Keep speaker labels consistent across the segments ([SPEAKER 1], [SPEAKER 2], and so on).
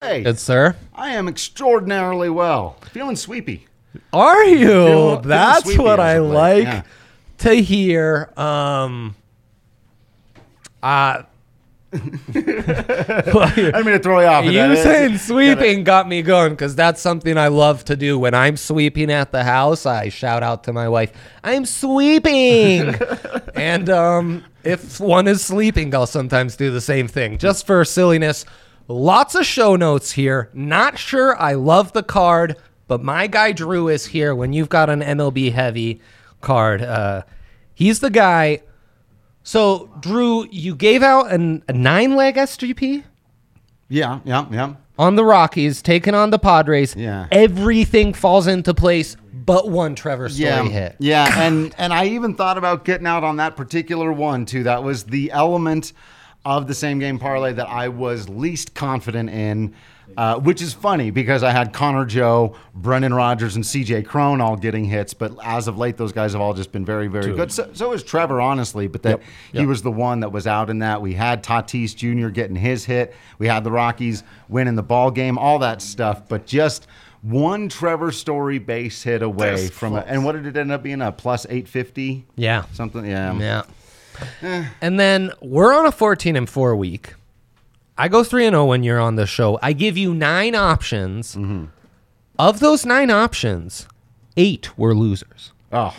[SPEAKER 1] Hey,
[SPEAKER 2] Good sir.
[SPEAKER 1] I am extraordinarily well. Feeling sweepy.
[SPEAKER 2] Are you?
[SPEAKER 1] Feel- feel
[SPEAKER 2] That's
[SPEAKER 1] sweepy
[SPEAKER 2] what
[SPEAKER 1] as
[SPEAKER 2] I
[SPEAKER 1] of late,
[SPEAKER 2] like
[SPEAKER 1] yeah.
[SPEAKER 2] to hear. Um uh
[SPEAKER 1] I'm going to throw you off. with
[SPEAKER 2] you
[SPEAKER 1] that. eh?
[SPEAKER 2] saying sweeping got me going because that's something I love to do. When I'm sweeping at the house, I shout out to my wife, I'm sweeping. and um, if one is sleeping, I'll sometimes do the same thing just for silliness. Lots of show notes here. Not sure I love the card, but my guy Drew is here. When you've got an MLB heavy card, uh, he's the guy. So, Drew, you gave out an, a nine leg SGP?
[SPEAKER 1] Yeah, yeah, yeah.
[SPEAKER 2] on the Rockies, taking on the Padres.
[SPEAKER 1] Yeah.
[SPEAKER 2] Everything falls into place but one Trevor Story
[SPEAKER 1] Yeah,
[SPEAKER 2] hit.
[SPEAKER 1] yeah, and and I even thought about getting out on that particular one too. That was the element of the same game parlay that I was least confident in, uh, which is funny because I had Connor Joe, Brendan Rodgers, and C.J. Crone all getting hits, but as of late, those guys have all just been very, very good. So, so is Trevor, honestly, but that he was the one that was out in that. We had Tatis Jr. getting his hit. We had the Rockies winning the ball game, all that stuff, but just one Trevor Story base hit away from a, and what did it end up being a plus 850
[SPEAKER 2] Yeah.
[SPEAKER 1] something yeah Eh.
[SPEAKER 2] Yeah. And then we're on a 14 and 4 week. I go 3 and 0 when you're on the show. I give you 9 options.
[SPEAKER 1] Mm-hmm.
[SPEAKER 2] Of those 9 options, 8 were losers.
[SPEAKER 1] oh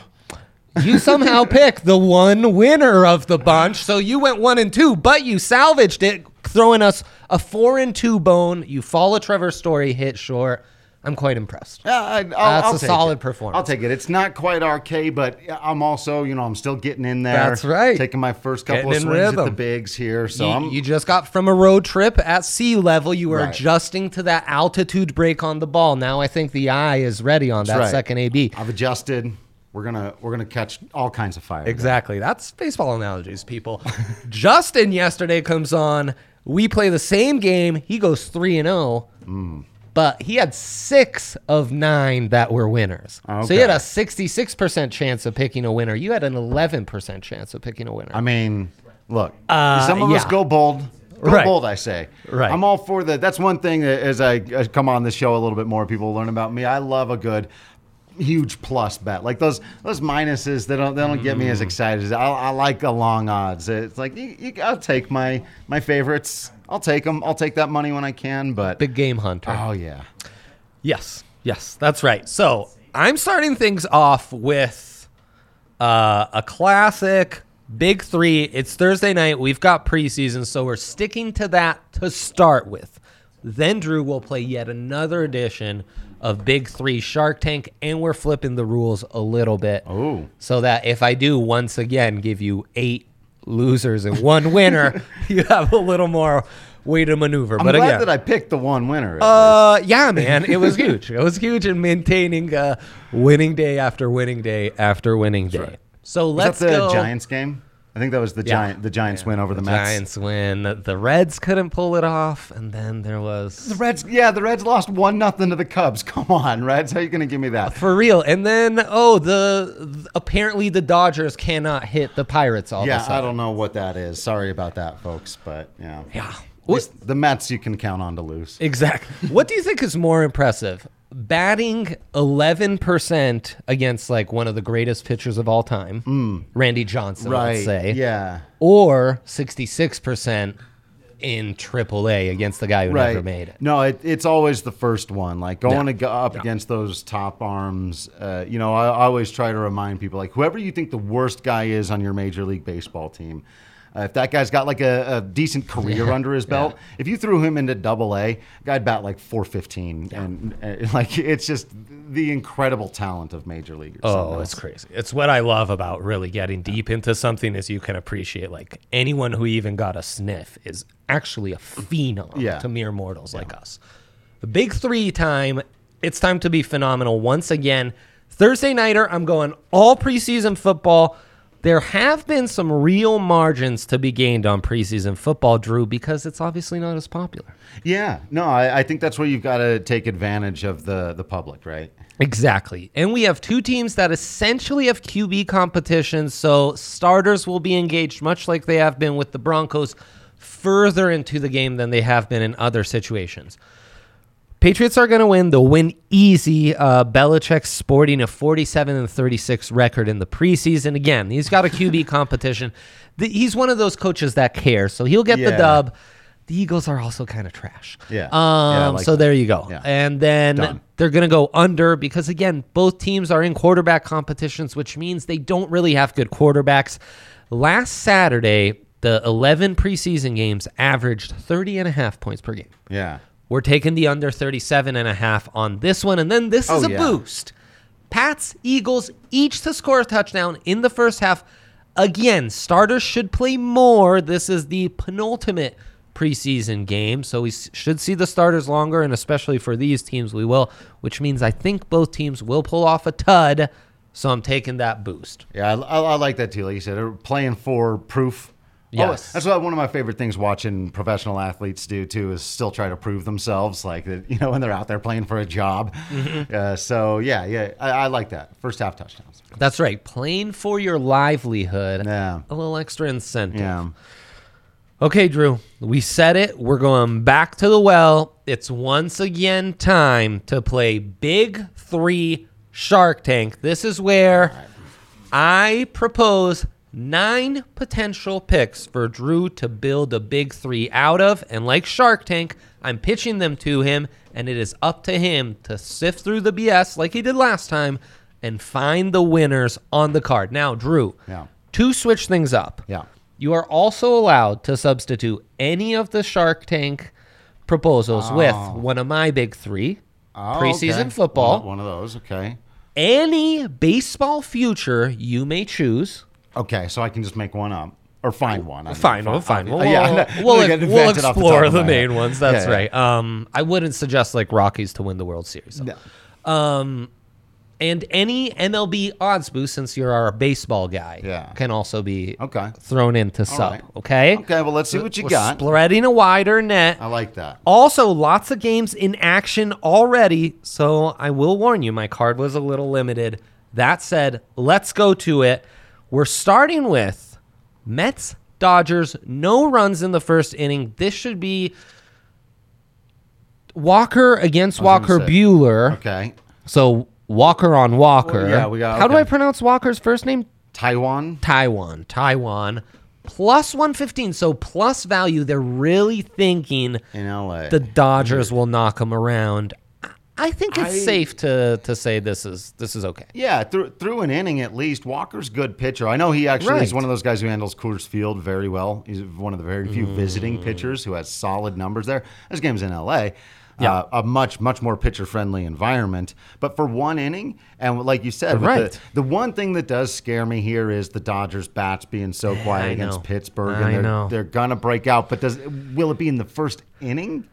[SPEAKER 2] You somehow picked the one winner of the bunch, so you went 1 and 2, but you salvaged it throwing us a 4 and 2 bone. You follow Trevor Story hit short. I'm quite impressed.
[SPEAKER 1] yeah I, will
[SPEAKER 2] That's
[SPEAKER 1] I'll
[SPEAKER 2] a
[SPEAKER 1] take
[SPEAKER 2] solid
[SPEAKER 1] it.
[SPEAKER 2] performance.
[SPEAKER 1] I'll take it. It's not quite RK, but I'm also, you know, I'm still getting in there.
[SPEAKER 2] That's right.
[SPEAKER 1] Taking my first couple
[SPEAKER 2] Getting in
[SPEAKER 1] of swings at the
[SPEAKER 2] rhythm.
[SPEAKER 1] bigs here. So
[SPEAKER 2] You,
[SPEAKER 1] I'm
[SPEAKER 2] you just got from a road trip at sea level. You were
[SPEAKER 1] Right.
[SPEAKER 2] adjusting to that altitude break on the ball. Now I think the eye is ready on that
[SPEAKER 1] right.
[SPEAKER 2] second AB.
[SPEAKER 1] I've adjusted. We're gonna we're gonna catch all kinds of fire.
[SPEAKER 2] Exactly. That's baseball analogies, people. Justin yesterday comes on. We play the same game. He goes 3 and 0. Mm. But he had 6 of 9 that were winners. So he had
[SPEAKER 1] Okay.
[SPEAKER 2] a 66% chance of picking a winner. You had an 11% chance of picking a winner.
[SPEAKER 1] I mean, look,
[SPEAKER 2] Uh,
[SPEAKER 1] some of us
[SPEAKER 2] yeah.
[SPEAKER 1] go bold. Go
[SPEAKER 2] Right.
[SPEAKER 1] bold, I say.
[SPEAKER 2] Right.
[SPEAKER 1] I'm all for that. That's one thing that as I as come on this show a little bit more, people learn about me. I love a good huge plus bet. Like those those minuses, they don't they don't get me
[SPEAKER 2] Mm.
[SPEAKER 1] as excited. as I, I like the long odds. It's like you, you, I'll take my my favorites. I'll take them. I'll take that money when I can. But
[SPEAKER 2] Big game hunter.
[SPEAKER 1] oh yeah,
[SPEAKER 2] Yes, yes, that's right. So I'm starting things off with uh, a classic Big Three. It's Thursday night. We've got preseason, so we're sticking to that to start with. Then Drew will play yet another edition of Big Three Shark Tank, and we're flipping the rules a little bit.
[SPEAKER 1] Oh.
[SPEAKER 2] So that if I do once again give you eight losers and one winner, you have a little more way to maneuver.
[SPEAKER 1] I'm
[SPEAKER 2] but
[SPEAKER 1] glad
[SPEAKER 2] again,
[SPEAKER 1] that I picked the one winner. at
[SPEAKER 2] uh, yeah, man, it was huge. It was huge in maintaining uh, winning day after winning day after winning day. So
[SPEAKER 1] least. Was
[SPEAKER 2] let's
[SPEAKER 1] that the
[SPEAKER 2] go.
[SPEAKER 1] Giants game? I think that was the giant the Giants win over the, Mets.
[SPEAKER 2] Giants win. The Reds couldn't pull it off, and then there was
[SPEAKER 1] The Reds, yeah, the Reds lost one nothing to the Cubs. Come on, Reds, how you gonna give me that?
[SPEAKER 2] for real. And then oh, the, th- apparently the Dodgers cannot hit the Pirates all of a
[SPEAKER 1] Yeah, I
[SPEAKER 2] sudden.
[SPEAKER 1] don't know what that is. Sorry about that, folks, but yeah, At
[SPEAKER 2] Yeah. What-
[SPEAKER 1] least the Mets you can count on to lose.
[SPEAKER 2] Exactly. what do you think is more impressive? Batting 11% against like one of the greatest pitchers of all time,
[SPEAKER 1] Hmm.
[SPEAKER 2] Randy Johnson, let's say.
[SPEAKER 1] Yeah.
[SPEAKER 2] or 66% in AAA against the guy who
[SPEAKER 1] Right.
[SPEAKER 2] never made it.
[SPEAKER 1] No, it, it's always the first one. Like going
[SPEAKER 2] Yeah.
[SPEAKER 1] ag- up against those top arms. Uh, you know, I, I always try to remind people like whoever you think the worst guy is on your major league baseball team. Uh, if that guy's got like a, a decent career under his belt, if you threw him into Double A, guy'd bat like 415, and, and like it's just the incredible talent of major leaguers.
[SPEAKER 2] Oh, it's crazy. It's what I love about really getting deep into something is you can appreciate like anyone who even got a sniff is actually a phenom
[SPEAKER 1] Yeah.
[SPEAKER 2] to mere mortals like us. The big three time, it's time to be phenomenal once again. Thursday nighter, I'm going all preseason football. There have been some real margins to be gained on preseason football, Drew, because it's obviously not as popular.
[SPEAKER 1] yeah, no, I, I think that's where you've got to take advantage of the the public, right?
[SPEAKER 2] Exactly. And we have two teams that essentially have QB competition, so starters will be engaged much like they have been with the Broncos further into the game than they have been in other situations. Patriots are going to win. They'll win easy. Uh, Belichick's sporting a 47 and 36 record in the preseason. Again, he's got a QB competition. The, he's one of those coaches that cares, so he'll get the
[SPEAKER 1] Yeah.
[SPEAKER 2] dub. The Eagles are also kind of trash.
[SPEAKER 1] Yeah. Yeah, I
[SPEAKER 2] Um,
[SPEAKER 1] like
[SPEAKER 2] so
[SPEAKER 1] that.
[SPEAKER 2] there you go.
[SPEAKER 1] Yeah.
[SPEAKER 2] And then
[SPEAKER 1] Done.
[SPEAKER 2] they're going to go under because, again, both teams are in quarterback competitions, which means they don't really have good quarterbacks. Last Saturday, the 11 preseason games averaged 30 and a half points per game.
[SPEAKER 1] Yeah.
[SPEAKER 2] We're taking the under 37 and a half on this one. And then this is
[SPEAKER 1] Oh,
[SPEAKER 2] a
[SPEAKER 1] yeah.
[SPEAKER 2] boost. Pats, Eagles, each to score a touchdown in the first half. Again, starters should play more. This is the penultimate preseason game. So we s- should see the starters longer. And especially for these teams, we will, which means I think both teams will pull off a tud. So I'm taking that boost.
[SPEAKER 1] Yeah, I, I, I like that too. Like you said, they're playing for proof. Oh,
[SPEAKER 2] Yes.
[SPEAKER 1] that's why one of my favorite things watching professional athletes do too is still try to prove themselves, like that you know when they're out there playing for a job.
[SPEAKER 2] Mm-hmm.
[SPEAKER 1] Uh, so yeah, yeah, I, I like that first half touchdowns.
[SPEAKER 2] That's right. Playing for your livelihood.
[SPEAKER 1] Yeah.
[SPEAKER 2] A little extra incentive.
[SPEAKER 1] Yeah,
[SPEAKER 2] Okay, Drew, we said it. We're going back to the well. It's once again time to play Big Three Shark Tank. This is where I propose nine potential picks for Drew to build a Big Three out of. And like Shark Tank, I'm pitching them to him, and it is up to him to sift through the BS like he did last time and find the winners on the card. Now, Drew,
[SPEAKER 1] Yeah.
[SPEAKER 2] to switch things up.
[SPEAKER 1] yeah.
[SPEAKER 2] You are also allowed to substitute any of the Shark Tank proposals with one of my big three
[SPEAKER 1] Oh,
[SPEAKER 2] preseason
[SPEAKER 1] okay.
[SPEAKER 2] football,
[SPEAKER 1] One, one of those. Okay.
[SPEAKER 2] any baseball future you may choose.
[SPEAKER 1] Okay, so I can just make one up or find one. I mean,
[SPEAKER 2] Fine, well, fine. We'll,
[SPEAKER 1] Oh, yeah, I know.
[SPEAKER 2] we'll,
[SPEAKER 1] I
[SPEAKER 2] we'll,
[SPEAKER 1] got
[SPEAKER 2] we'll
[SPEAKER 1] invented off the top
[SPEAKER 2] explore
[SPEAKER 1] of
[SPEAKER 2] the,
[SPEAKER 1] my head.
[SPEAKER 2] main ones. That's
[SPEAKER 1] Yeah, yeah.
[SPEAKER 2] right. Um, I wouldn't suggest like Rockies to win the World Series. though. Um,
[SPEAKER 1] No.
[SPEAKER 2] And any MLB odds boost, since you're our baseball guy,
[SPEAKER 1] Yeah.
[SPEAKER 2] can also be
[SPEAKER 1] Okay.
[SPEAKER 2] thrown into sub.
[SPEAKER 1] right.
[SPEAKER 2] Okay.
[SPEAKER 1] Okay, well let's see what you
[SPEAKER 2] We're
[SPEAKER 1] got. Oh.
[SPEAKER 2] Spreading a wider net.
[SPEAKER 1] I like that.
[SPEAKER 2] Also, lots of games in action already, so I will warn you, my card was a little limited. That said, let's go to it. We're starting with Mets, Dodgers, no runs in the first inning. This should be Walker against Walker
[SPEAKER 1] say.
[SPEAKER 2] Bueller.
[SPEAKER 1] Okay,
[SPEAKER 2] So Walker on Walker.
[SPEAKER 1] Well, yeah, we got-
[SPEAKER 2] How do
[SPEAKER 1] okay.
[SPEAKER 2] I pronounce Walker's first name?
[SPEAKER 1] Taiwan.
[SPEAKER 2] Taiwan, Taiwan, plus 115. So plus value. They're really thinking
[SPEAKER 1] In LA.
[SPEAKER 2] the Dodgers will knock them around. I- I think it's
[SPEAKER 1] I-
[SPEAKER 2] safe to to say this is this is okay.
[SPEAKER 1] Yeah, through through an inning at least. Walker's good pitcher. I know he actually is
[SPEAKER 2] Right.
[SPEAKER 1] one of those guys who handles Coors Field very well. He's one of the very few
[SPEAKER 2] Mm.
[SPEAKER 1] visiting pitchers who has solid numbers there. This game's in L.A. Uh, a much much more pitcher friendly environment. But for one inning, and like you said, with
[SPEAKER 2] Right.
[SPEAKER 1] the, the one thing that does scare me here is the Dodgers bats being so quiet
[SPEAKER 2] I
[SPEAKER 1] against
[SPEAKER 2] know.
[SPEAKER 1] Pittsburgh,
[SPEAKER 2] I
[SPEAKER 1] and they're,
[SPEAKER 2] know.
[SPEAKER 1] they're gonna break out. But does will it be in the first inning?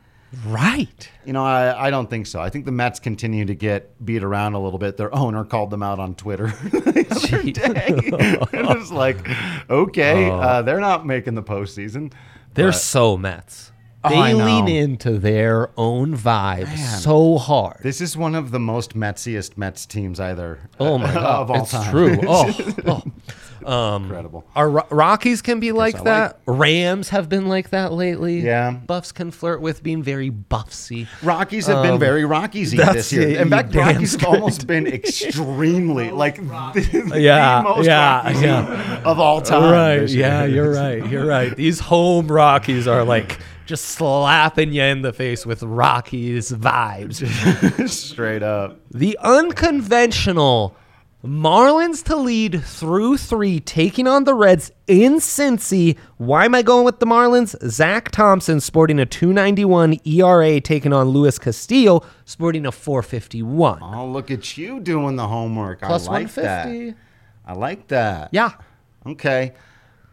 [SPEAKER 2] Right.
[SPEAKER 1] You know, I, I don't think so. I think the Mets continue to get beat around a little bit. Their owner called them out on Twitter the other day. it was like, okay,
[SPEAKER 2] Oh.
[SPEAKER 1] uh, they're not making the postseason.
[SPEAKER 2] They're so Mets. They
[SPEAKER 1] Oh, I know.
[SPEAKER 2] lean into their own vibe so hard.
[SPEAKER 1] This is one of the most Metsiest Mets teams either. uh,
[SPEAKER 2] oh my god,
[SPEAKER 1] of all
[SPEAKER 2] it's
[SPEAKER 1] time.
[SPEAKER 2] true. Oh, oh. Um,
[SPEAKER 1] Incredible.
[SPEAKER 2] Our Ro- Rockies can be like
[SPEAKER 1] I
[SPEAKER 2] that. Rams have been like that lately.
[SPEAKER 1] Yeah.
[SPEAKER 2] Buffs can flirt with being very buffsy.
[SPEAKER 1] Rockies have been very Rockies
[SPEAKER 2] Um, that's-
[SPEAKER 1] this year.
[SPEAKER 2] yeah,
[SPEAKER 1] In fact,
[SPEAKER 2] you're damn
[SPEAKER 1] Rockies have almost been extremely like the,
[SPEAKER 2] Yeah,
[SPEAKER 1] most
[SPEAKER 2] yeah,
[SPEAKER 1] Rockies
[SPEAKER 2] yeah.
[SPEAKER 1] of all time.
[SPEAKER 2] Right.
[SPEAKER 1] this year.
[SPEAKER 2] Yeah, you're right. You're right. These home Rockies are like just slapping you in the face with Rockies vibes.
[SPEAKER 1] Straight up.
[SPEAKER 2] The unconventional Marlins to lead through three, taking on the Reds in Cincy. Why am I going with the Marlins? Zach Thompson sporting a 291 ERA, taking on Luis Castillo, sporting a 451.
[SPEAKER 1] Oh, look at you doing the homework.
[SPEAKER 2] Plus
[SPEAKER 1] I like that.
[SPEAKER 2] 150.
[SPEAKER 1] I like that.
[SPEAKER 2] Yeah.
[SPEAKER 1] Okay.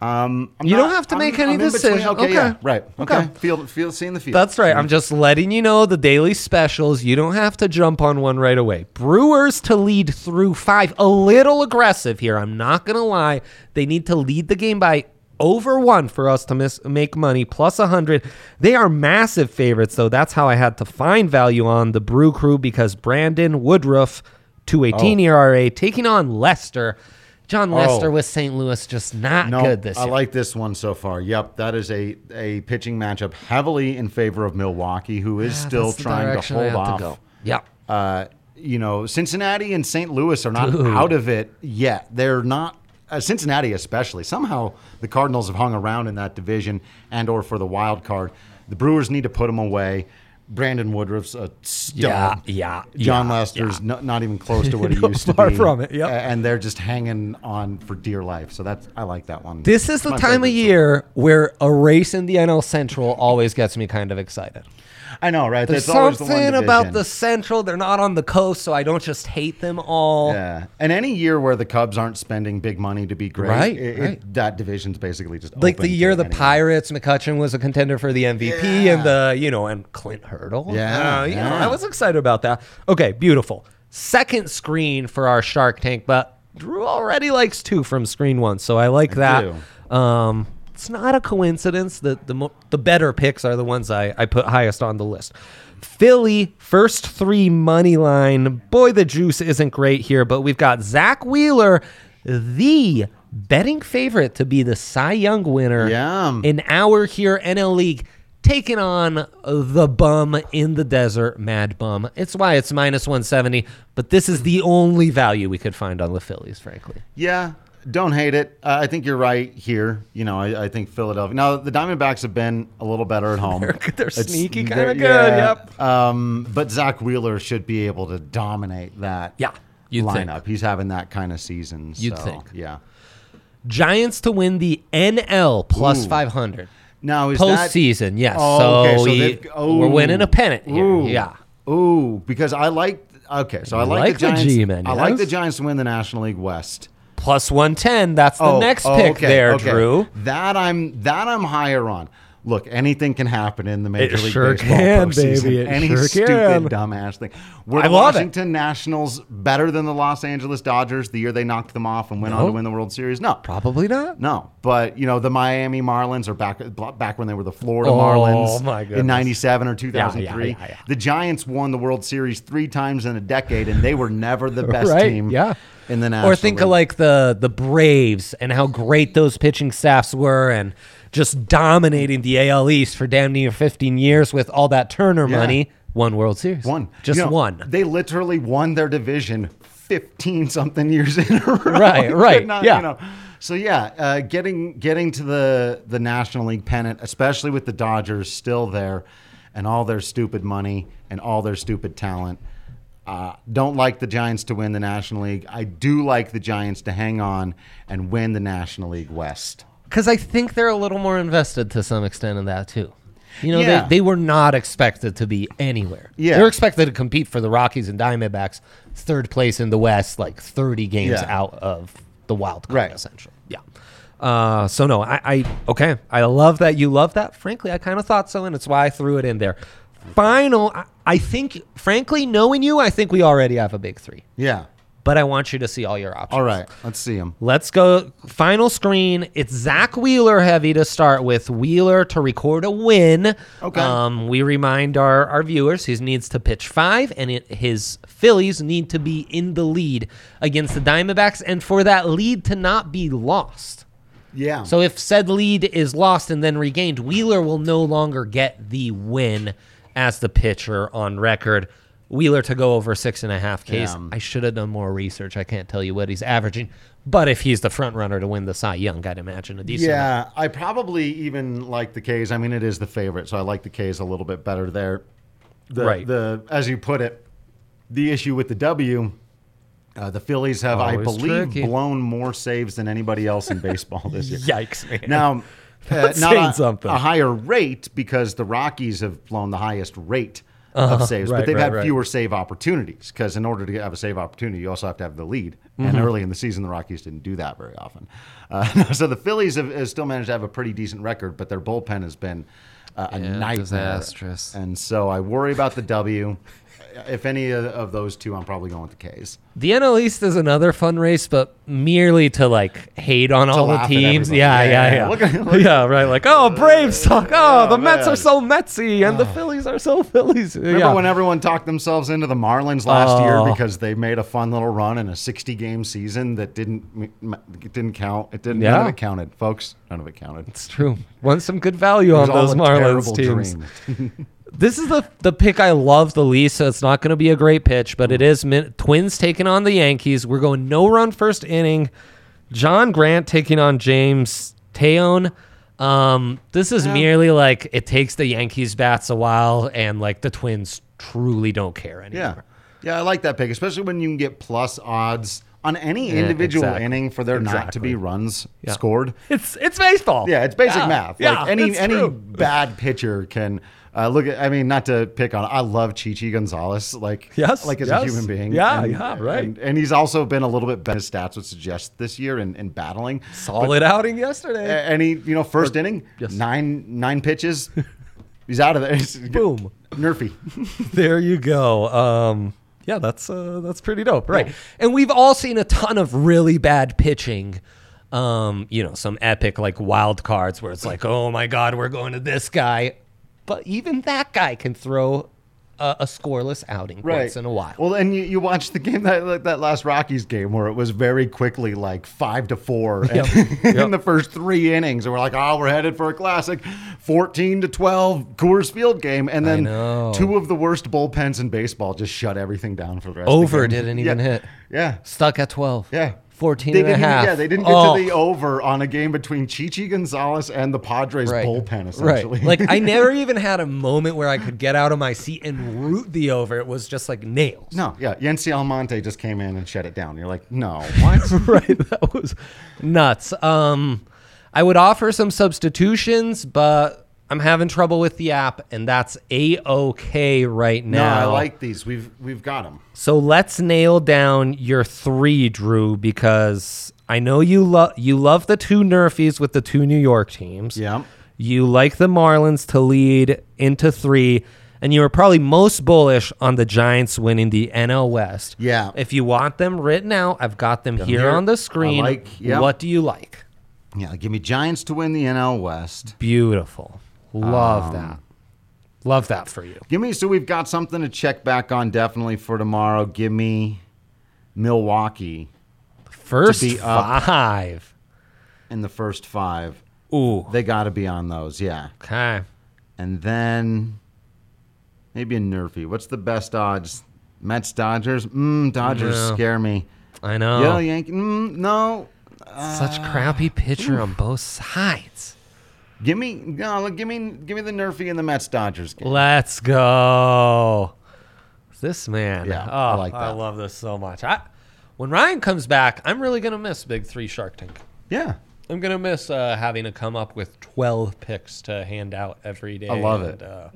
[SPEAKER 1] Um, I'm
[SPEAKER 2] You don't have to make any
[SPEAKER 1] in between.
[SPEAKER 2] decision.
[SPEAKER 1] Okay,
[SPEAKER 2] Okay.
[SPEAKER 1] yeah, right. Okay.
[SPEAKER 2] Okay.
[SPEAKER 1] Feel, feel, seeing the field.
[SPEAKER 2] That's right. I'm just letting you know the daily specials. You don't have to jump on one right away. Brewers to lead through five. A little aggressive here. I'm not going to lie. They need to lead the game by over one for us to miss, make money, plus 100. They are massive favorites, though. That's how I had to find value on the Brew
[SPEAKER 1] Oh.
[SPEAKER 2] E Crew because Brandon Woodruff, 218 ERA, taking on Lester. John Lester with St. Louis just not
[SPEAKER 1] No,
[SPEAKER 2] good this
[SPEAKER 1] Oh. I
[SPEAKER 2] year.
[SPEAKER 1] like this one so far. Yep, that is a a pitching matchup heavily in favor of Milwaukee, who is
[SPEAKER 2] Ah,
[SPEAKER 1] still
[SPEAKER 2] that's the
[SPEAKER 1] trying to
[SPEAKER 2] direction I
[SPEAKER 1] hold
[SPEAKER 2] have
[SPEAKER 1] off.
[SPEAKER 2] to go. Yeah.
[SPEAKER 1] Uh, you know, Cincinnati and St. Louis are not out of it yet. They're not. Uh, Cincinnati, especially, somehow the Cardinals have hung around in that division and or for the wild card. The Brewers need to put them away. Brandon Woodruff's a stud.
[SPEAKER 2] Yeah, yeah,
[SPEAKER 1] John
[SPEAKER 2] yeah,
[SPEAKER 1] Lester's no- not even close to what he
[SPEAKER 2] No,
[SPEAKER 1] used to
[SPEAKER 2] far
[SPEAKER 1] be.
[SPEAKER 2] from it, yep.
[SPEAKER 1] A- and they're just hanging on for dear life. So that's I like that one.
[SPEAKER 2] This is the
[SPEAKER 1] My
[SPEAKER 2] time
[SPEAKER 1] favorite
[SPEAKER 2] of
[SPEAKER 1] so
[SPEAKER 2] year where a race in the NL Central always gets me kind of excited.
[SPEAKER 1] I know, right?
[SPEAKER 2] There's
[SPEAKER 1] That's always the one
[SPEAKER 2] something about
[SPEAKER 1] division.
[SPEAKER 2] the Central. They're not on the coast, so I don't just hate them all.
[SPEAKER 1] Yeah, and any year where the Cubs aren't spending big money to be great,
[SPEAKER 2] Right,
[SPEAKER 1] it- it-
[SPEAKER 2] right.
[SPEAKER 1] that division's basically just
[SPEAKER 2] Like
[SPEAKER 1] open
[SPEAKER 2] the year
[SPEAKER 1] to
[SPEAKER 2] the
[SPEAKER 1] anyone.
[SPEAKER 2] Pirates, McCutcheon was a contender for the MVP,
[SPEAKER 1] Yeah.
[SPEAKER 2] and the you know, and Clint Hurdle.
[SPEAKER 1] Yeah,
[SPEAKER 2] Uh, you know,
[SPEAKER 1] yeah.
[SPEAKER 2] I was excited about that. Okay, beautiful. Second screen for our Shark Tank, but Drew already likes two from screen one, so I like that. Um, it's not a coincidence that the mo- the better picks are the ones I, I put highest on the list. Philly first three money line. Boy, the juice isn't great here, but we've got Zach Wheeler, the betting favorite to be the Cy Young winner.
[SPEAKER 1] Yeah.
[SPEAKER 2] in our here NL League taking on the bum in the desert, Mad Bum. It's why it's minus 170, but this is the only value we could find on the Phillies, frankly.
[SPEAKER 1] Yeah, don't hate it. Uh, I think you're right here. You know, I, I think Philadelphia. Now the Diamondbacks have been a little better at home.
[SPEAKER 2] They're- they're sneaky
[SPEAKER 1] they're-
[SPEAKER 2] kinda good, yep.
[SPEAKER 1] Um, but Zach Wheeler should be able to dominate that.
[SPEAKER 2] Yeah, you'd think.
[SPEAKER 1] lineup. He's having that kind of season.
[SPEAKER 2] You'd
[SPEAKER 1] so,
[SPEAKER 2] think.
[SPEAKER 1] Yeah.
[SPEAKER 2] Giants to win the NL plus
[SPEAKER 1] Ooh.
[SPEAKER 2] 500.
[SPEAKER 1] Now is that-
[SPEAKER 2] Postseason, yes.
[SPEAKER 1] Oh, okay.
[SPEAKER 2] so
[SPEAKER 1] So
[SPEAKER 2] we,
[SPEAKER 1] they've-
[SPEAKER 2] we're
[SPEAKER 1] ooh.
[SPEAKER 2] winning a pennant here.
[SPEAKER 1] Ooh.
[SPEAKER 2] Yeah.
[SPEAKER 1] Ooh, because I like. Okay, so I
[SPEAKER 2] You
[SPEAKER 1] like,
[SPEAKER 2] like
[SPEAKER 1] the
[SPEAKER 2] the
[SPEAKER 1] Giants.
[SPEAKER 2] G-men,
[SPEAKER 1] I like
[SPEAKER 2] yes?
[SPEAKER 1] the Giants to win the National League West.
[SPEAKER 2] Plus 110. That's the
[SPEAKER 1] Oh,
[SPEAKER 2] next
[SPEAKER 1] oh,
[SPEAKER 2] pick
[SPEAKER 1] okay,
[SPEAKER 2] there,
[SPEAKER 1] okay.
[SPEAKER 2] Drew.
[SPEAKER 1] That I'm that I'm higher on. Look, anything can happen in the Major
[SPEAKER 2] It
[SPEAKER 1] League
[SPEAKER 2] sure
[SPEAKER 1] Baseball
[SPEAKER 2] can,
[SPEAKER 1] postseason.
[SPEAKER 2] baby. It
[SPEAKER 1] Any
[SPEAKER 2] sure
[SPEAKER 1] stupid
[SPEAKER 2] can.
[SPEAKER 1] dumbass thing. Were
[SPEAKER 2] I
[SPEAKER 1] the
[SPEAKER 2] love it.
[SPEAKER 1] Washington Nationals better than the Los Angeles Dodgers the year they knocked them off and went on
[SPEAKER 2] No.
[SPEAKER 1] to win the World Series? No.
[SPEAKER 2] Probably not.
[SPEAKER 1] No, but you know the Miami Marlins are back back when they were the Florida
[SPEAKER 2] Oh,
[SPEAKER 1] Marlins
[SPEAKER 2] my
[SPEAKER 1] in
[SPEAKER 2] goodness.
[SPEAKER 1] '97 or 2003.
[SPEAKER 2] Yeah, yeah, yeah, yeah.
[SPEAKER 1] The Giants won the World Series three times in a decade, and they were never the best
[SPEAKER 2] Right,
[SPEAKER 1] team.
[SPEAKER 2] yeah.
[SPEAKER 1] in the National
[SPEAKER 2] Or think of
[SPEAKER 1] League.
[SPEAKER 2] like the the Braves and how great those pitching staffs were, and just dominating the AL East for damn near 15 years with all that Turner
[SPEAKER 1] Yeah.
[SPEAKER 2] money. One World Series,
[SPEAKER 1] One.
[SPEAKER 2] just
[SPEAKER 1] You know,
[SPEAKER 2] one.
[SPEAKER 1] They literally won their division 15 something years in a row.
[SPEAKER 2] Right,
[SPEAKER 1] Could
[SPEAKER 2] right, yeah.
[SPEAKER 1] So yeah, uh, getting getting to the the National League pennant, especially with the Dodgers still there, and all their stupid money and all their stupid talent. Uh, don't like the Giants to win the National League. I do like the Giants to hang on and win the National League West.
[SPEAKER 2] Because I think they're a little more invested to some extent in that too. You know,
[SPEAKER 1] Yeah.
[SPEAKER 2] they, they were not expected to be anywhere.
[SPEAKER 1] Yeah.
[SPEAKER 2] They're expected to compete for the Rockies and Diamondbacks, third place in the West, like 30 games
[SPEAKER 1] Yeah.
[SPEAKER 2] out of the wild card,
[SPEAKER 1] Right.
[SPEAKER 2] essentially. Yeah. Uh, so, no, I, I, okay. I love that you love that. Frankly, I kind of thought so, and it's why I threw it in there. Final, I, I think, frankly, knowing you, I think we already have a big three,
[SPEAKER 1] Yeah.
[SPEAKER 2] but I want you to see all your options.
[SPEAKER 1] All right. Let's see them.
[SPEAKER 2] Let's go final screen. It's Zach Wheeler heavy to start with. Wheeler to record a win.
[SPEAKER 1] Okay.
[SPEAKER 2] Um, we remind our, our viewers he needs to pitch five, and it, his Phillies need to be in the lead against the Diamondbacks, and for that lead to not be lost.
[SPEAKER 1] Yeah.
[SPEAKER 2] So if said lead is lost and then regained, Wheeler will no longer get the win as the pitcher on record. Wheeler to go over six and a half Ks.
[SPEAKER 1] Yeah.
[SPEAKER 2] I should have done more research. I can't tell you what he's averaging, but if he's the front runner to win the Cy Young, I'd imagine a decent. amount.
[SPEAKER 1] Yeah, I probably even like the K's. I mean, it is the favorite, so I like the K's a little bit better there. The,
[SPEAKER 2] Right.
[SPEAKER 1] The as you put it, the issue with the W, uh, the Phillies have, I
[SPEAKER 2] Always
[SPEAKER 1] believe,
[SPEAKER 2] tricky.
[SPEAKER 1] blown more saves than anybody else in baseball this year.
[SPEAKER 2] Yikes, man.
[SPEAKER 1] Now, uh,
[SPEAKER 2] That's saying
[SPEAKER 1] not a,
[SPEAKER 2] something.
[SPEAKER 1] a higher rate because the Rockies have blown the highest rate of saves,
[SPEAKER 2] Uh-huh. right,
[SPEAKER 1] but they've
[SPEAKER 2] right,
[SPEAKER 1] had
[SPEAKER 2] right.
[SPEAKER 1] fewer save opportunities because in order to have a save opportunity, you also have to have the lead. And
[SPEAKER 2] Mm-hmm.
[SPEAKER 1] early in the season, the Rockies didn't do that very often. Uh, so the Phillies have, have still managed to have a pretty decent record, but their bullpen has been uh, a nightmare.
[SPEAKER 2] disastrous.
[SPEAKER 1] And so I worry about the W. if any of- of those two, I'm probably going with the K's.
[SPEAKER 2] The NL East is another fun race, but merely to like hate on all
[SPEAKER 1] laugh
[SPEAKER 2] the
[SPEAKER 1] at
[SPEAKER 2] teams.
[SPEAKER 1] everybody.
[SPEAKER 2] Yeah,
[SPEAKER 1] Yeah,
[SPEAKER 2] yeah,
[SPEAKER 1] yeah,
[SPEAKER 2] yeah.
[SPEAKER 1] yeah. Look at- look-
[SPEAKER 2] yeah, right. Like, oh, Braves suck. Oh, the Mets
[SPEAKER 1] man. Ah.
[SPEAKER 2] are so Metsy, and the Phillies are so Phillies.
[SPEAKER 1] Remember
[SPEAKER 2] yeah.
[SPEAKER 1] when everyone talked themselves into the Marlins last
[SPEAKER 2] Oh.
[SPEAKER 1] year because they made a fun little run in a 60 game season that didn't m- m- it didn't count. It didn't. None of
[SPEAKER 2] Yeah.
[SPEAKER 1] it counted, folks. None of it counted.
[SPEAKER 2] it's true. Won some good value on
[SPEAKER 1] It was all
[SPEAKER 2] those
[SPEAKER 1] a terrible
[SPEAKER 2] Marlins teams.
[SPEAKER 1] dream.
[SPEAKER 2] This is the the pick I love the least, so it's not going to be a great pitch, but it
[SPEAKER 1] Mm.
[SPEAKER 2] is min- Twins taking on the Yankees. We're going no run first inning. John Grant taking on James Tayon. Um, this is merely like it takes the Yankees bats a while, and like the Twins truly don't care
[SPEAKER 1] Yeah,
[SPEAKER 2] anymore.
[SPEAKER 1] yeah, I like that pick, especially when you can get plus odds on any individual
[SPEAKER 2] Eh, exactly.
[SPEAKER 1] inning for there not to
[SPEAKER 2] Exactly.
[SPEAKER 1] be runs
[SPEAKER 2] Yeah.
[SPEAKER 1] scored.
[SPEAKER 2] It's it's baseball.
[SPEAKER 1] Yeah, it's basic math.
[SPEAKER 2] Yeah,
[SPEAKER 1] like any
[SPEAKER 2] it's
[SPEAKER 1] any
[SPEAKER 2] true.
[SPEAKER 1] bad pitcher can uh, look at. I mean, not to pick on. I love Chichi Gonzalez. Like
[SPEAKER 2] Yes,
[SPEAKER 1] like as
[SPEAKER 2] yes.
[SPEAKER 1] a human being.
[SPEAKER 2] Yeah, yeah, right.
[SPEAKER 1] And, and he's also been a little bit better. His stats would suggest this year in, in battling.
[SPEAKER 2] solid outing
[SPEAKER 1] A-
[SPEAKER 2] yesterday.
[SPEAKER 1] And he, you know, first inning,
[SPEAKER 2] yes.
[SPEAKER 1] nine nine pitches, he's out of there.
[SPEAKER 2] Boom.
[SPEAKER 1] Nerfy.
[SPEAKER 2] there you go. Um, yeah, that's uh, that's pretty dope, right? And we've all seen a ton of really bad pitching. Um, you know, some epic like wild cards where it's like, oh my god, we're going to this guy, but even that guy can throw a, a scoreless outing once in a while.
[SPEAKER 1] Well, and you, you watched the game that that last Rockies game where it was very quickly like five to four and-
[SPEAKER 2] Yep.
[SPEAKER 1] in
[SPEAKER 2] Yep.
[SPEAKER 1] the first three innings, and we're like, oh, we're headed for a classic, fourteen to twelve Coors Field game, and then
[SPEAKER 2] know.
[SPEAKER 1] two of the worst bullpens in baseball just shut everything down for the rest.
[SPEAKER 2] Over
[SPEAKER 1] of the game.
[SPEAKER 2] didn't even
[SPEAKER 1] Yeah.
[SPEAKER 2] hit.
[SPEAKER 1] Yeah,
[SPEAKER 2] Stuck at twelve.
[SPEAKER 1] yeah.
[SPEAKER 2] 14
[SPEAKER 1] They
[SPEAKER 2] and a
[SPEAKER 1] didn't even-
[SPEAKER 2] half.
[SPEAKER 1] Yeah, they didn't get
[SPEAKER 2] Oh.
[SPEAKER 1] to the over on a game between Chichi Gonzalez and the Padres bullpen, essentially.
[SPEAKER 2] Right. Like I never even had a moment where I could get out of my seat and root the over. It was just like nails.
[SPEAKER 1] no, yeah. Yancy Almonte just came in and shut it down. You're like, no, what?
[SPEAKER 2] right. That was nuts. Um, I would offer some substitutions, but I'm having trouble with the app, and that's a okay right
[SPEAKER 1] No,
[SPEAKER 2] now.
[SPEAKER 1] I like these. We've we've got them.
[SPEAKER 2] So let's nail down your three, Drew, because I know you love you love the two Nerfies with the two New York teams.
[SPEAKER 1] Yeah.
[SPEAKER 2] You like the Marlins to lead into three, and you were probably most bullish on the Giants winning the NL West.
[SPEAKER 1] Yeah.
[SPEAKER 2] If you want them written out, I've got them here,
[SPEAKER 1] here.
[SPEAKER 2] on the
[SPEAKER 1] I
[SPEAKER 2] screen.
[SPEAKER 1] like- yep.
[SPEAKER 2] What do you like?
[SPEAKER 1] Yeah, give me Giants to win the NL West.
[SPEAKER 2] Beautiful.
[SPEAKER 1] Um,
[SPEAKER 2] Love that. Love that for you.
[SPEAKER 1] Give me so we've got something to check back on definitely for tomorrow. Give me Milwaukee
[SPEAKER 2] First
[SPEAKER 1] be up.
[SPEAKER 2] five.
[SPEAKER 1] in the first five.
[SPEAKER 2] Ooh.
[SPEAKER 1] They got to be on those, yeah.
[SPEAKER 2] Okay.
[SPEAKER 1] And then maybe a Nerfy. What's the best odds? Mets Dodgers. Mm, Dodgers
[SPEAKER 2] No.
[SPEAKER 1] scare me.
[SPEAKER 2] I know.
[SPEAKER 1] Yeah, Yankee. Mm, no.
[SPEAKER 2] Such crappy pitcher on both sides.
[SPEAKER 1] Give me no. look, Give me give me the Nerfy and the Mets Dodgers game.
[SPEAKER 2] Let's go. This man.
[SPEAKER 1] Yeah,
[SPEAKER 2] oh,
[SPEAKER 1] I like
[SPEAKER 2] I
[SPEAKER 1] that.
[SPEAKER 2] love this so much. I, when Ryan comes back, I'm really going to miss Big Three Shark Tank.
[SPEAKER 1] Yeah.
[SPEAKER 2] I'm going to miss uh, having to come up with 12 picks to hand out every day.
[SPEAKER 1] love it.
[SPEAKER 2] uh,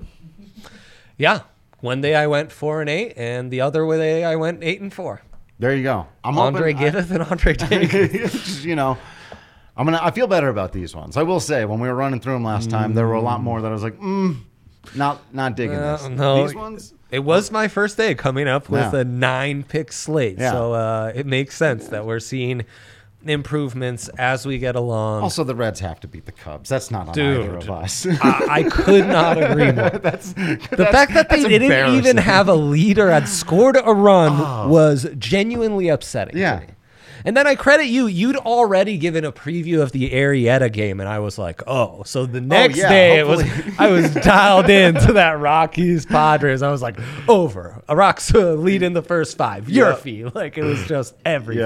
[SPEAKER 2] yeah. One day I went four and eight, and the other day I went eight and four.
[SPEAKER 1] There you go. I'm
[SPEAKER 2] Andre
[SPEAKER 1] open. I-
[SPEAKER 2] Giddith and Andre Tank.
[SPEAKER 1] Just, you know, I'm gonna. I feel better about these ones. I will say, when we were running through them last time, there were a lot more that I was like, mm, not not digging
[SPEAKER 2] Uh,
[SPEAKER 1] this.
[SPEAKER 2] no.
[SPEAKER 1] These ones.
[SPEAKER 2] It was my first day coming up with
[SPEAKER 1] Yeah.
[SPEAKER 2] a nine pick slate.
[SPEAKER 1] Yeah.
[SPEAKER 2] So uh, it makes sense that we're seeing improvements as we get along.
[SPEAKER 1] Also, the Reds have to beat the Cubs. That's not on either
[SPEAKER 2] Dude.
[SPEAKER 1] of us.
[SPEAKER 2] I, I could not agree more.
[SPEAKER 1] that's the
[SPEAKER 2] The fact that they didn't even have a leader had scored a run was genuinely upsetting. to
[SPEAKER 1] Oh. Yeah.
[SPEAKER 2] me. And then I credit you. You'd already given a preview of the Arietta game, and I was like, "Oh!" So the next
[SPEAKER 1] yeah,
[SPEAKER 2] day, it was
[SPEAKER 1] hopefully.
[SPEAKER 2] I was dialed into that Rockies Padres. I was like, "Over, a Rocks uh, lead in the first five, Yurfee." Like it was just everything.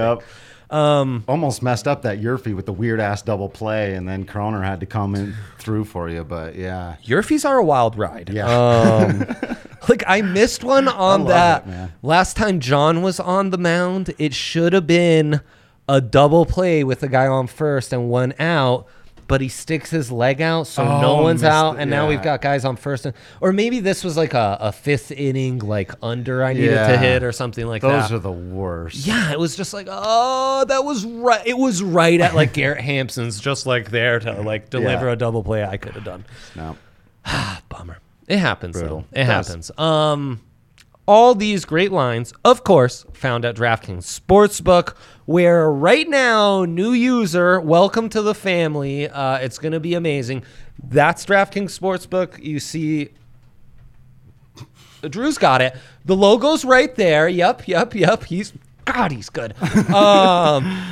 [SPEAKER 1] Yep. Um, Almost messed up that Yurfy with the weird ass double play, and then Croner had to come in through for you. But yeah,
[SPEAKER 2] Your fees are a wild ride.
[SPEAKER 1] Yeah.
[SPEAKER 2] Um, like I missed one on
[SPEAKER 1] love
[SPEAKER 2] that
[SPEAKER 1] it, man.
[SPEAKER 2] last time John was on the mound. It should have been a double play with the guy on first and one out, but he sticks his leg out, so no
[SPEAKER 1] Oh,
[SPEAKER 2] one's
[SPEAKER 1] missed
[SPEAKER 2] out,
[SPEAKER 1] it,
[SPEAKER 2] and now we've
[SPEAKER 1] yeah.
[SPEAKER 2] got guys on first. And, or maybe this was like a, a fifth inning, like under I needed to
[SPEAKER 1] Yeah.
[SPEAKER 2] hit or something like that.
[SPEAKER 1] those are the worst.
[SPEAKER 2] Yeah, it was just like, oh, that was right. It was right at like Garrett Hampson's, just like there to like deliver
[SPEAKER 1] Yeah.
[SPEAKER 2] a double play I could have done
[SPEAKER 1] No.
[SPEAKER 2] bummer. It happens.
[SPEAKER 1] Brutal.
[SPEAKER 2] Though. It
[SPEAKER 1] It does.
[SPEAKER 2] happens. Um, All these great lines, of course, found at DraftKings Sportsbook, where right now, new user, welcome to the family. Uh, it's going to be amazing. That's DraftKings Sportsbook. You see, Drew's got it. The logo's right there. Yep, yep, yep. He's, God, he's good. Um,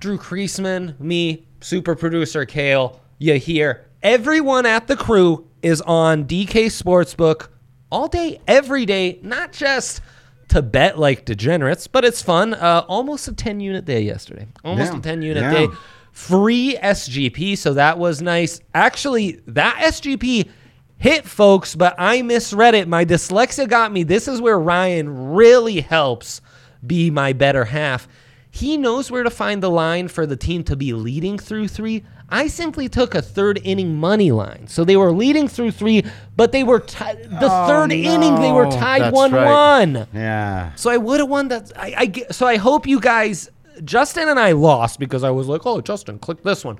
[SPEAKER 2] Drew Kreisman, me, super producer Kale, you hear everyone at the crew is on DK Sportsbook all day, every day, not just to bet like degenerates, but it's fun. Uh, almost a 10 unit day yesterday. Almost
[SPEAKER 1] Yeah,
[SPEAKER 2] a 10 unit
[SPEAKER 1] yeah.
[SPEAKER 2] day. Free SGP, so that was nice. Actually, that SGP hit folks, but I misread it. My dyslexia got me. This is where Ryan really helps be my better half. He knows where to find the line for the team to be leading through three. I simply took a third inning money line. So they were leading through three, but they were ti- the third inning they were
[SPEAKER 1] Oh, no.
[SPEAKER 2] tied
[SPEAKER 1] That's
[SPEAKER 2] one one.
[SPEAKER 1] Yeah.
[SPEAKER 2] So I would have won that. I, I get- so I hope you guys. Justin and I lost because I was like, "Oh, Justin, click this one,"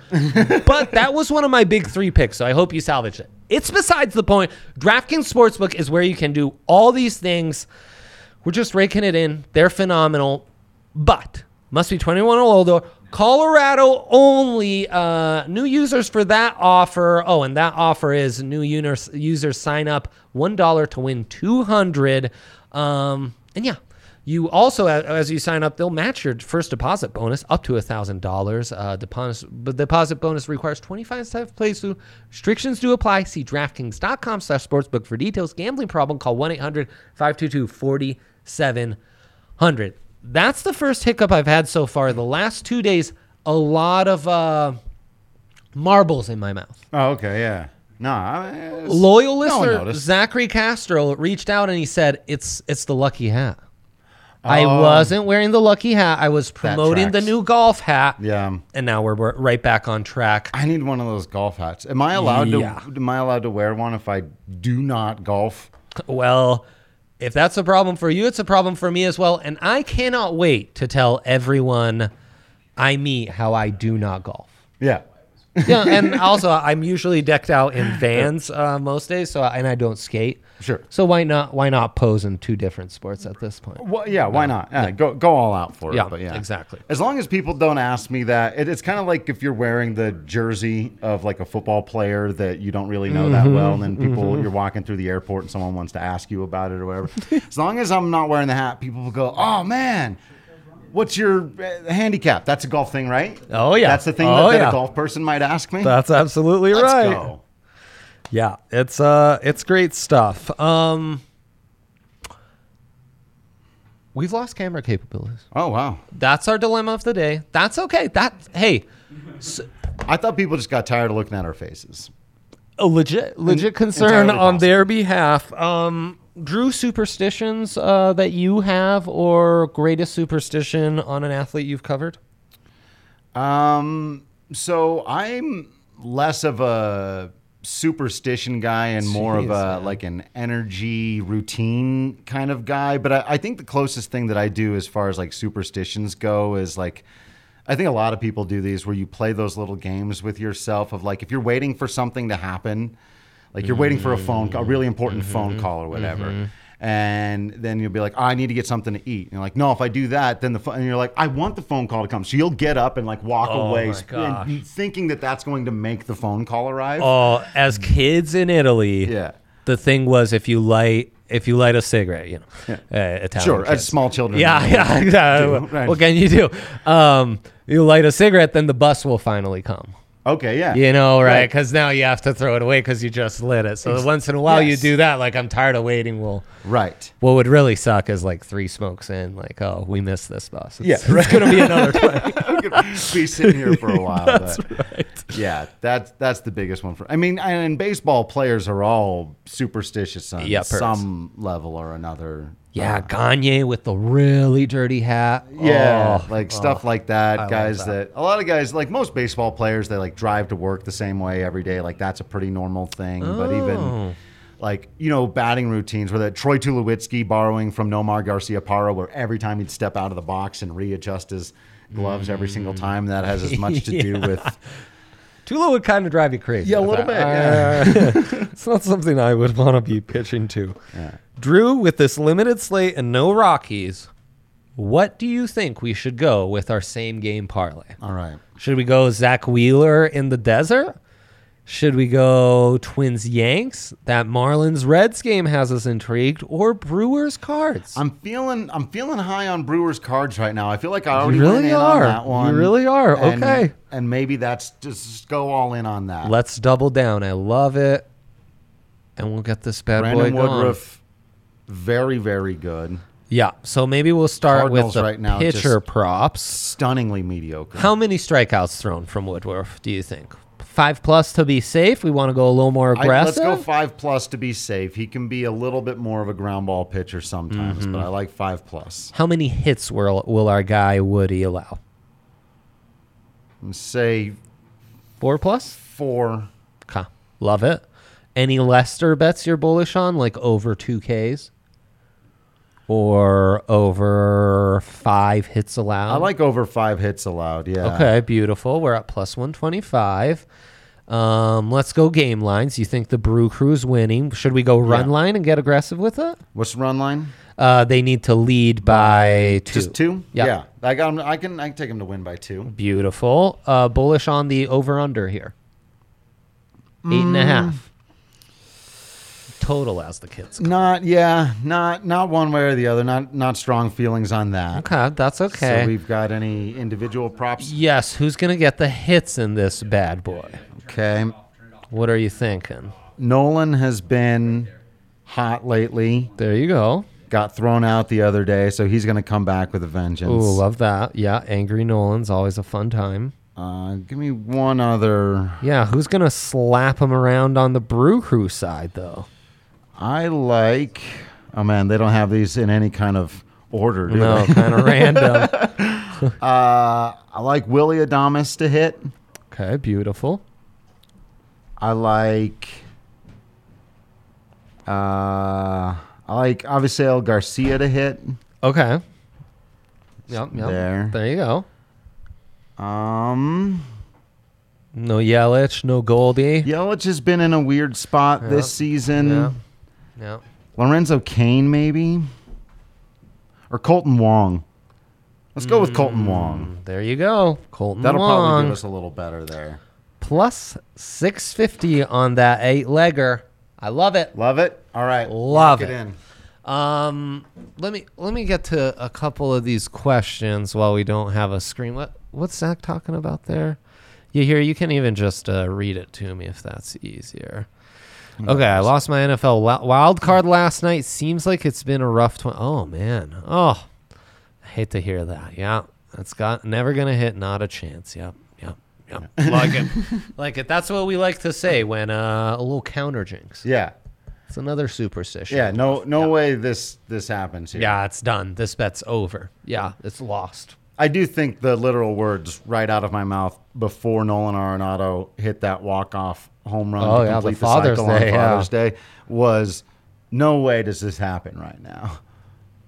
[SPEAKER 2] but that was one of my big three picks. So I hope you salvage it. It's besides the point. DraftKings Sportsbook is where you can do all these things. We're just raking it in. They're phenomenal, but must be 21 or older. Colorado only. Uh, new users for that offer. Oh, and that offer is new uners, users sign up one dollar to win 200. Um, and yeah, you also a- as you sign up, they'll match your first deposit bonus up to thousand dollars. Uh, deposit but deposit bonus requires 25 steps playthrough. Restrictions do apply. See DraftKings.com/sportsbook for details. Gambling problem? Call 1-800-522-4700. That's the first hiccup I've had so far. The last two days, a lot of uh, marbles in my mouth.
[SPEAKER 1] Oh, okay. Yeah. No. I mean, it's-
[SPEAKER 2] Loyal
[SPEAKER 1] no one
[SPEAKER 2] listener
[SPEAKER 1] noticed.
[SPEAKER 2] Zachary Castro reached out and he said, "It's it's the lucky hat." I
[SPEAKER 1] Oh.
[SPEAKER 2] wasn't wearing the lucky hat. I was promoting the
[SPEAKER 1] tracks.
[SPEAKER 2] new golf hat.
[SPEAKER 1] Yeah.
[SPEAKER 2] and now we're, we're right back on track.
[SPEAKER 1] I need one of those golf hats. Am I allowed
[SPEAKER 2] Yeah.
[SPEAKER 1] to? Am I allowed to wear one if I do not golf?
[SPEAKER 2] Well, if that's a problem for you, it's a problem for me as well. And I cannot wait to tell everyone I meet how I do not golf.
[SPEAKER 1] Yeah.
[SPEAKER 2] Yeah, and also I'm usually decked out in Vans uh, most days, so and I don't skate.
[SPEAKER 1] Sure.
[SPEAKER 2] So why not why not pose in two different sports at this point?
[SPEAKER 1] Well, yeah. Why not? Yeah, Go go all out for
[SPEAKER 2] Yeah,
[SPEAKER 1] it. But yeah.
[SPEAKER 2] exactly.
[SPEAKER 1] As long as people don't ask me that, it, it's kind of like if you're wearing the jersey of like a football player that you don't really know
[SPEAKER 2] Mm-hmm.
[SPEAKER 1] that well, and then people you're walking through the airport and someone wants to ask you about it or whatever. as long as I'm not wearing the hat, people will go, "Oh man." What's your uh, handicap? That's a golf thing, right?
[SPEAKER 2] Oh, yeah.
[SPEAKER 1] That's the thing
[SPEAKER 2] Oh,
[SPEAKER 1] that, that
[SPEAKER 2] yeah.
[SPEAKER 1] a golf person might ask me.
[SPEAKER 2] That's absolutely
[SPEAKER 1] Let's go.
[SPEAKER 2] Yeah, it's uh it's great stuff. Um We've lost camera capabilities.
[SPEAKER 1] Oh wow!
[SPEAKER 2] That's our dilemma of the day. That's okay. That hey, s-
[SPEAKER 1] I thought people just got tired of looking at our faces.
[SPEAKER 2] a legit legit concern
[SPEAKER 1] entirely
[SPEAKER 2] on
[SPEAKER 1] possible.
[SPEAKER 2] their behalf. Um, Drew, superstitions uh, that you have, or greatest superstition on an athlete you've covered?
[SPEAKER 1] Um, so I'm less of a superstition guy and more of a
[SPEAKER 2] Jeez,
[SPEAKER 1] like an energy routine kind of guy. But I, I think the closest thing that I do as far as like superstitions go is like I think a lot of people do these where you play those little games with yourself of like if you're waiting for something to happen, like you're waiting for a phone, a really important phone call or whatever. And then you'll be like, "Oh, I need to get something to eat. And you're like, no, if I do that, then the phone. And you're like, I want the phone call to come. So you'll get up and like walk
[SPEAKER 2] Oh
[SPEAKER 1] away,
[SPEAKER 2] my
[SPEAKER 1] sp-
[SPEAKER 2] gosh.
[SPEAKER 1] and thinking that that's going to make the phone call arrive.
[SPEAKER 2] Oh, as kids in Italy,
[SPEAKER 1] Yeah.
[SPEAKER 2] The thing was, if you light if you light a cigarette, you know, uh, Italian
[SPEAKER 1] sure,
[SPEAKER 2] kids.
[SPEAKER 1] as small children.
[SPEAKER 2] Yeah, yeah, exactly.
[SPEAKER 1] right.
[SPEAKER 2] What can you do? Um, you light a cigarette, then the bus will finally come.
[SPEAKER 1] Okay. Yeah.
[SPEAKER 2] You know, right?
[SPEAKER 1] Right.
[SPEAKER 2] Because now you have to throw it away because you just lit it. So once in a while, you
[SPEAKER 1] yes.
[SPEAKER 2] do that. Like I'm tired of waiting. Well,
[SPEAKER 1] Right.
[SPEAKER 2] what would really suck is like three smokes in. Like, oh, we missed this bus. It's,
[SPEAKER 1] Yeah,
[SPEAKER 2] it's gonna be another twenty.
[SPEAKER 1] we could be sitting here for a while. but Yeah, that's that's the biggest one for. I mean, and in baseball players are all superstitious on
[SPEAKER 2] Yeah, perks.
[SPEAKER 1] some level or another.
[SPEAKER 2] Yeah, Gagne with the really dirty hat.
[SPEAKER 1] Yeah,
[SPEAKER 2] Oh,
[SPEAKER 1] like stuff like that.
[SPEAKER 2] love
[SPEAKER 1] guys
[SPEAKER 2] that.
[SPEAKER 1] that. a lot of guys, like most baseball players, they like drive to work the same way every day. Like that's a pretty normal thing. But
[SPEAKER 2] Oh.
[SPEAKER 1] even like you know batting routines where that Troy Tulowitzki borrowing from Nomar Garcia Parra, where every time he'd step out of the
[SPEAKER 2] Mm.
[SPEAKER 1] box and readjust his gloves every single time. That has as much to do with
[SPEAKER 2] Tula would kind of drive you crazy.
[SPEAKER 1] Yeah, a little bit,
[SPEAKER 2] bit. it's not something I would want to be pitching to. Drew, with this limited slate and no Rockies, what do you think we should go with our same game parlay?
[SPEAKER 1] All right.
[SPEAKER 2] Should we go Zach Wheeler in the desert? Should we go Twins Yanks? That Marlins Reds game has us intrigued, or Brewers cards?
[SPEAKER 1] I'm feeling I'm feeling high on Brewers cards right now. I feel like I already
[SPEAKER 2] really
[SPEAKER 1] went in
[SPEAKER 2] are.
[SPEAKER 1] on that
[SPEAKER 2] You
[SPEAKER 1] one.
[SPEAKER 2] really are.
[SPEAKER 1] And-
[SPEAKER 2] Okay.
[SPEAKER 1] And maybe that's just go all in on that.
[SPEAKER 2] Let's double down. I love it, and we'll get this bad
[SPEAKER 1] Brandon
[SPEAKER 2] boy gone.
[SPEAKER 1] Woodruff, very very good.
[SPEAKER 2] Yeah. So maybe we'll start with
[SPEAKER 1] Cardinals
[SPEAKER 2] the
[SPEAKER 1] right now
[SPEAKER 2] pitcher
[SPEAKER 1] just-
[SPEAKER 2] props.
[SPEAKER 1] Stunningly mediocre.
[SPEAKER 2] How many strikeouts thrown from Woodruff do you think? Five plus to be safe. We want to go a little more
[SPEAKER 1] I-
[SPEAKER 2] aggressive.
[SPEAKER 1] let's go five plus to be safe. He can be a little bit more of a ground ball pitcher sometimes,
[SPEAKER 2] Mm-hmm.
[SPEAKER 1] but I like five plus.
[SPEAKER 2] How many hits will will our guy Woody allow?
[SPEAKER 1] And say
[SPEAKER 2] Four plus.
[SPEAKER 1] four.
[SPEAKER 2] Okay. Love it. Any Lester bets you're bullish on, like over two Ks or over five hits allowed?
[SPEAKER 1] I like over five hits allowed. Yeah.
[SPEAKER 2] Okay, beautiful. We're at plus 125. Um, let's go game lines. You think the Brew Crew's winning? Should we go run
[SPEAKER 1] Yeah.
[SPEAKER 2] line and get aggressive with it?
[SPEAKER 1] What's the run line?
[SPEAKER 2] Uh, they need to lead by two.
[SPEAKER 1] Just two.
[SPEAKER 2] Yeah.
[SPEAKER 1] Yeah. I got him. I can. I can take him to win by two.
[SPEAKER 2] Beautiful. Uh, bullish on the over under here. Eight and a half. Total, as the kids.
[SPEAKER 1] Not. Yeah. Not. Not one way or the other. Not. Not strong feelings on that.
[SPEAKER 2] Okay, that's okay.
[SPEAKER 1] So we've got any individual props?
[SPEAKER 2] yes, who's going to get the hits in this bad boy?
[SPEAKER 1] Okay.
[SPEAKER 2] What are you thinking?
[SPEAKER 1] Nolan has been hot lately.
[SPEAKER 2] There you go.
[SPEAKER 1] Got thrown out the other day, so he's going to come back with a vengeance.
[SPEAKER 2] Ooh, love that. Yeah, Angry Nolan's always a fun time.
[SPEAKER 1] Uh, give me one other.
[SPEAKER 2] Yeah, who's gonna slap him around on the brew crew side though?
[SPEAKER 1] I like. Oh man, they don't have these in any kind of order. Do
[SPEAKER 2] No,
[SPEAKER 1] They?
[SPEAKER 2] kind of random.
[SPEAKER 1] Uh, I like Willie Adamas to hit.
[SPEAKER 2] Okay, beautiful.
[SPEAKER 1] I like. Uh, I like Avisail Garcia to hit.
[SPEAKER 2] Okay. Yep, yep.
[SPEAKER 1] There.
[SPEAKER 2] you go.
[SPEAKER 1] Um,
[SPEAKER 2] No Yelich, no Goldie.
[SPEAKER 1] Yelich has been in a weird spot this season.
[SPEAKER 2] Yeah. Yeah.
[SPEAKER 1] Lorenzo Kane, maybe, or Colton Wong. Let's go with Colton Wong.
[SPEAKER 2] There you go. Colton
[SPEAKER 1] That'll
[SPEAKER 2] Mm. Wong.
[SPEAKER 1] probably give us a little better there.
[SPEAKER 2] Plus 650 on that eight legger. I love it.
[SPEAKER 1] Love it. All right, lock
[SPEAKER 2] Love it.
[SPEAKER 1] in.
[SPEAKER 2] Um, let me let me get to a couple of these questions while we don't have a screen. What what's Zach talking about there? You hear? You can even just uh, read it to me if that's easier. Okay, I lost my NFL wi- wild card last night. Seems like it's been a rough. Tw- oh man. Oh, I hate to hear that. Yeah, it's got never gonna hit. Not a chance. Yep. Yep. Yep. like it. Like it. That's what we like to say when uh, a little counter jinx.
[SPEAKER 1] Yeah,
[SPEAKER 2] It's another superstition.
[SPEAKER 1] yeah. No, no way this this happens here.
[SPEAKER 2] Yeah, it's done. This bet's over. Yeah, it's lost.
[SPEAKER 1] I do think the literal words right out of my mouth before Nolan Arenado hit that walk off home run
[SPEAKER 2] Oh,
[SPEAKER 1] to
[SPEAKER 2] yeah, the
[SPEAKER 1] complete the,
[SPEAKER 2] Father's
[SPEAKER 1] cycle on
[SPEAKER 2] Day, yeah.
[SPEAKER 1] Father's Day was no way does this happen right now.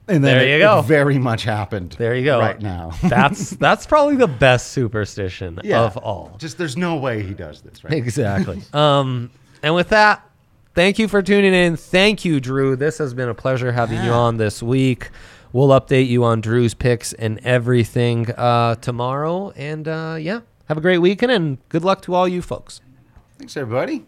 [SPEAKER 1] And then
[SPEAKER 2] There
[SPEAKER 1] it,
[SPEAKER 2] you
[SPEAKER 1] it
[SPEAKER 2] go.
[SPEAKER 1] very much happened.
[SPEAKER 2] There you go.
[SPEAKER 1] Right now.
[SPEAKER 2] that's that's probably the best superstition
[SPEAKER 1] Yeah.
[SPEAKER 2] of all.
[SPEAKER 1] Just there's no way he does this right.
[SPEAKER 2] Exactly. um, and with that, thank you for tuning in. Thank you, Drew. This has been a pleasure having you on this week. We'll update you on Drew's picks and everything uh, tomorrow. And uh, yeah, have a great weekend and good luck to all you folks.
[SPEAKER 1] Thanks everybody.